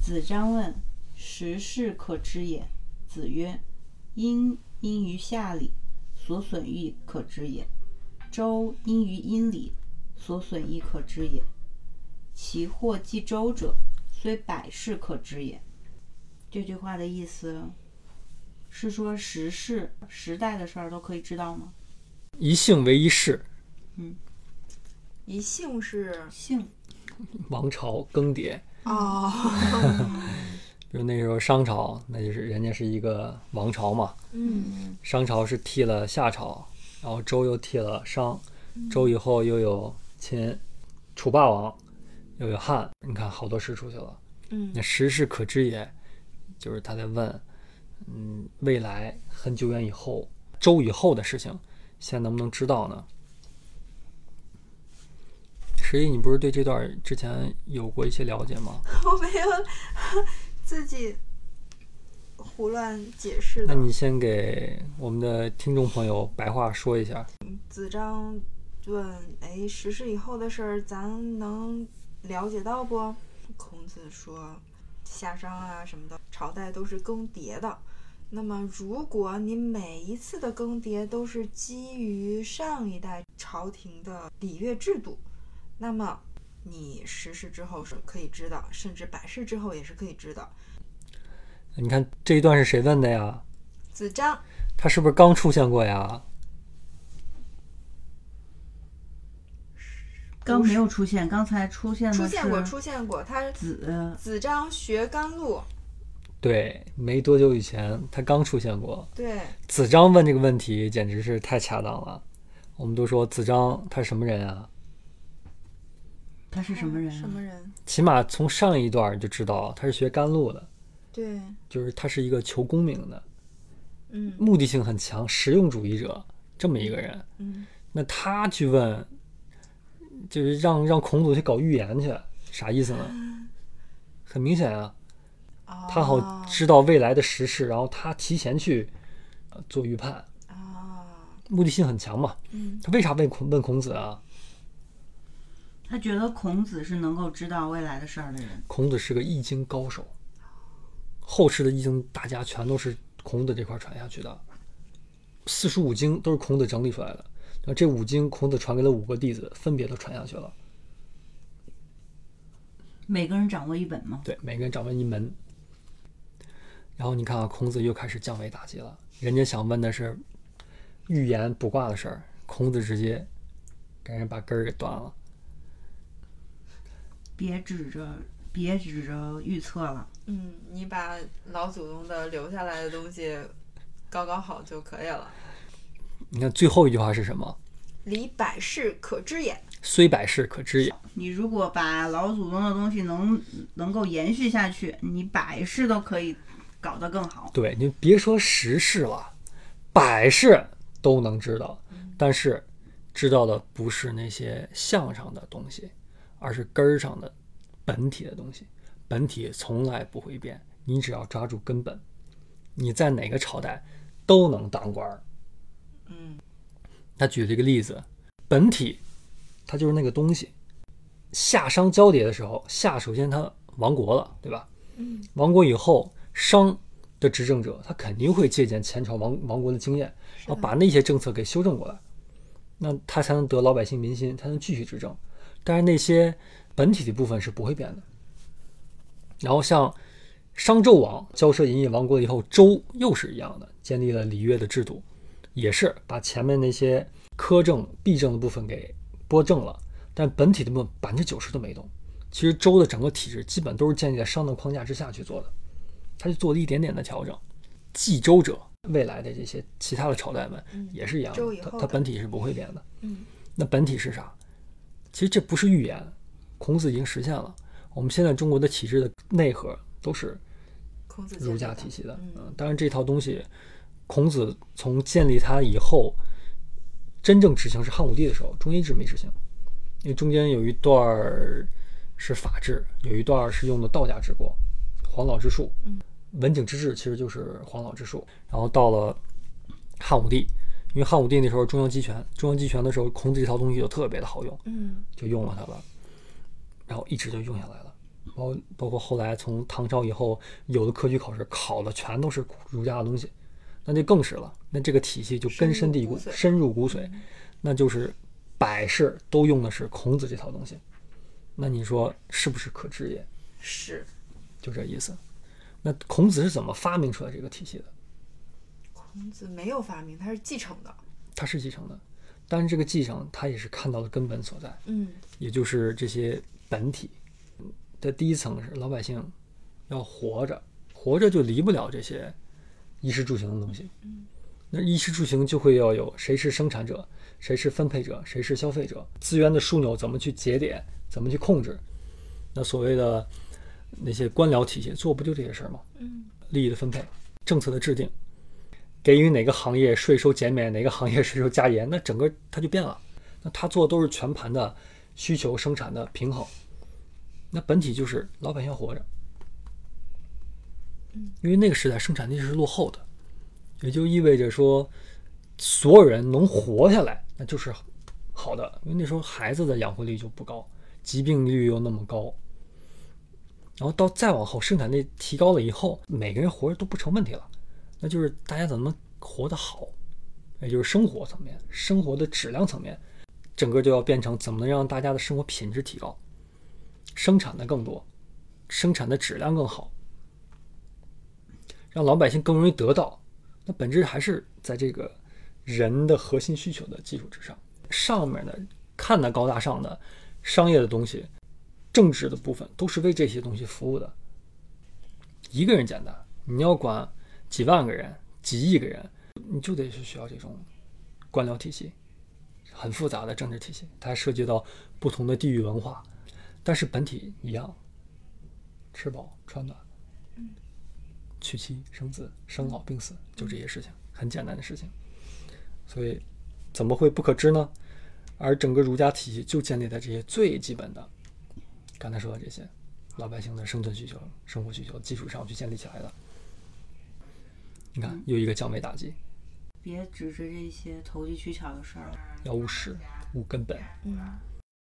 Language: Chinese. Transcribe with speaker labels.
Speaker 1: 子张问：“时事可知也？”子曰：“因因于下礼，所损亦可知也；周因于殷礼，所损亦可知也。其祸既周者，虽百世可知也。”这句话的意思是说时事、时代的事儿都可以知道吗？
Speaker 2: 一姓为一世，
Speaker 3: 一姓是
Speaker 1: 姓
Speaker 2: 王朝更迭。
Speaker 3: 哦，
Speaker 2: 比如那时候商朝，那就是人家是一个王朝嘛，
Speaker 3: 嗯
Speaker 2: 商朝是替了夏朝，然后周又替了商，周以后又有秦，楚霸王，又有汉，你看好多世出去了。
Speaker 3: 嗯
Speaker 2: 那时事可知也，就是他在问，嗯，未来很久远以后，周以后的事情，现在能不能知道呢？十一，你不是对这段儿之前有过一些了解吗？
Speaker 3: 我没有 自己胡乱解释
Speaker 2: 那
Speaker 3: 的。
Speaker 2: 你先给我们的听众朋友白话说一下。
Speaker 3: 子张问：“哎，时事以后的事儿，咱能了解到不？”孔子说：“夏商啊什么的，朝代都是更迭的。那么，如果你每一次的更迭都是基于上一代朝廷的礼乐制度，那么你十世之后是可以知道，甚至百世之后也是可以知道。
Speaker 2: 你看这一段是谁问的呀？”
Speaker 3: 子张
Speaker 2: 他是不是刚出现过呀？
Speaker 1: 刚没有出现，刚才出现的
Speaker 3: 出现过，
Speaker 1: 是
Speaker 3: 出现过，他
Speaker 1: 子
Speaker 3: 子张学甘露，
Speaker 2: 对，没多久以前他刚出现过。
Speaker 3: 对，
Speaker 2: 子张问这个问题简直是太恰当了。我们都说子张他是什么人啊？
Speaker 1: 他是什么人、啊？
Speaker 3: 什么人？
Speaker 2: 起码从上一段就知道他是学甘露的，
Speaker 3: 对。
Speaker 2: 就是他是一个求功名的，
Speaker 3: 嗯
Speaker 2: 目的性很强、实用主义者这么一个人。
Speaker 3: 嗯
Speaker 2: 那他去问，就是让让孔子去搞预言去，啥意思呢？很明显啊，
Speaker 3: 哦
Speaker 2: 他好知道未来的时事，然后他提前去呃做预判，
Speaker 3: 啊，
Speaker 2: 目的性很强嘛。
Speaker 3: 嗯
Speaker 2: 他为啥问孔问孔子啊？
Speaker 1: 他觉得孔子是能够知道未来的事儿的人。
Speaker 2: 孔子是个易经高手，后世的易经大家全都是孔子这块传下去的，四书五经都是孔子整理出来的。那这五经，孔子传给了五个弟子，分别都传下去了。
Speaker 1: 每个人掌握一本吗？
Speaker 2: 对，每个人掌握一门。然后你看啊，孔子又开始降维打击了。人家想问的是预言卜卦的事儿，孔子直接给人把根儿给断了。
Speaker 1: 别指着别指着预测了，
Speaker 3: 嗯，你把老祖宗的留下来的东西搞搞好就可以了。
Speaker 2: 你看最后一句话是什么？
Speaker 3: 礼百世可知也。
Speaker 2: 虽百世，可知也。
Speaker 1: 你如果把老祖宗的东西能能够延续下去，你百世都可以搞得更好。
Speaker 2: 对你别说十世了，百世都能知道，
Speaker 3: 嗯
Speaker 2: 但是知道的不是那些相上的东西，而是根儿上的本体的东西。本体从来不会变，你只要抓住根本，你在哪个朝代都能当官儿。
Speaker 3: 嗯
Speaker 2: 他举了一个例子，本体它就是那个东西。夏商交叠的时候，夏首先他亡国了，对吧？
Speaker 3: 嗯
Speaker 2: 亡国以后，商的执政者他肯定会借鉴前朝亡亡国的经验，然后把那些政策给修正过来，那他才能得老百姓民心，才能继续执政。但是那些本体的部分是不会变的。然后像商纣王交涉淫逸亡国以后，周又是一样的，建立了礼乐的制度，也是把前面那些苛政、弊政的部分给拨正了，但本体的部分百分之九十都没动。其实周的整个体制基本都是建立在商的框架之下去做的，他就做了一点点的调整。继周者，未来的这些其他的朝代们
Speaker 3: 嗯
Speaker 2: 也是一样的
Speaker 3: 周以，
Speaker 2: 它
Speaker 3: 后
Speaker 2: 它
Speaker 3: 的
Speaker 2: 本体是不会变的。
Speaker 3: 嗯
Speaker 2: 那本体是啥？其实这不是预言，孔子已经实现了。我们现在中国的体制的内核都是
Speaker 3: 孔子
Speaker 2: 儒
Speaker 3: 建
Speaker 2: 家
Speaker 3: 立的
Speaker 2: 体系的。
Speaker 3: 嗯
Speaker 2: 嗯，当然这套东西，孔子从建立它以后，真正执行是汉武帝的时候，中医治没执行，因为中间有一段儿是法治，有一段儿是用的道家治国，黄老之术。
Speaker 3: 嗯
Speaker 2: 文景之治其实就是黄老之术。然后到了汉武帝，因为汉武帝那时候中央集权，中央集权的时候，孔子这套东西就特别的好用。
Speaker 3: 嗯
Speaker 2: 就用了它了，然后一直就用下来了。包包括后来从唐朝以后，有的科举考试考的全都是儒家的东西，那就更是了。那这个体系就根深蒂固，深
Speaker 3: 深
Speaker 2: 入骨髓，嗯那就是百世都用的是孔子这套东西。那你说是不是可知也？
Speaker 3: 是
Speaker 2: 就这意思。那孔子是怎么发明出来这个体系的？
Speaker 3: 孔子没有发明，他是继承的。
Speaker 2: 他是继承的，但是这个继承他也是看到了根本所在，
Speaker 3: 嗯，
Speaker 2: 也就是这些本体的第一层是老百姓要活着，活着就离不了这些衣食住行的东西。那衣食住行就会要有谁是生产者，谁是分配者，谁是消费者，资源的枢纽怎么去节点，怎么去控制？那所谓的那些官僚体系做不就这些事儿吗？
Speaker 3: 嗯，
Speaker 2: 利益的分配，政策的制定，给予哪个行业税收减免，哪个行业税收加严，那整个它就变了。那他做的都是全盘的需求生产的平衡，那本体就是老百姓要活着。因为那个时代生产力是落后的，也就意味着说，所有人能活下来，那就是好的。因为那时候孩子的养活率就不高，疾病率又那么高，然后到再往后生产力提高了以后，每个人活着都不成问题了，那就是大家怎么能活得好，也就是生活层面、生活的质量层面，整个就要变成怎么能让大家的生活品质提高，生产的更多，生产的质量更好，让老百姓更容易得到。那本质还是在这个人的核心需求的基础之上，上面的看的高大上的商业的东西，政治的部分都是为这些东西服务的。一个人简单，你要管几万个人、几亿个人，你就得是需要这种官僚体系，很复杂的政治体系，它还涉及到不同的地域文化，但是本体一样，吃饱穿暖，娶妻生子、生老病死，就这些事情，很简单的事情。所以，怎么会不可知呢？而整个儒家体系就建立在这些最基本的，刚才说的这些老百姓的生存需求、生活需求基础上去建立起来的。你看，又一个降维打击，
Speaker 1: 别只是这些投机取巧的事儿了。
Speaker 2: 要务实，务根本。
Speaker 3: 嗯，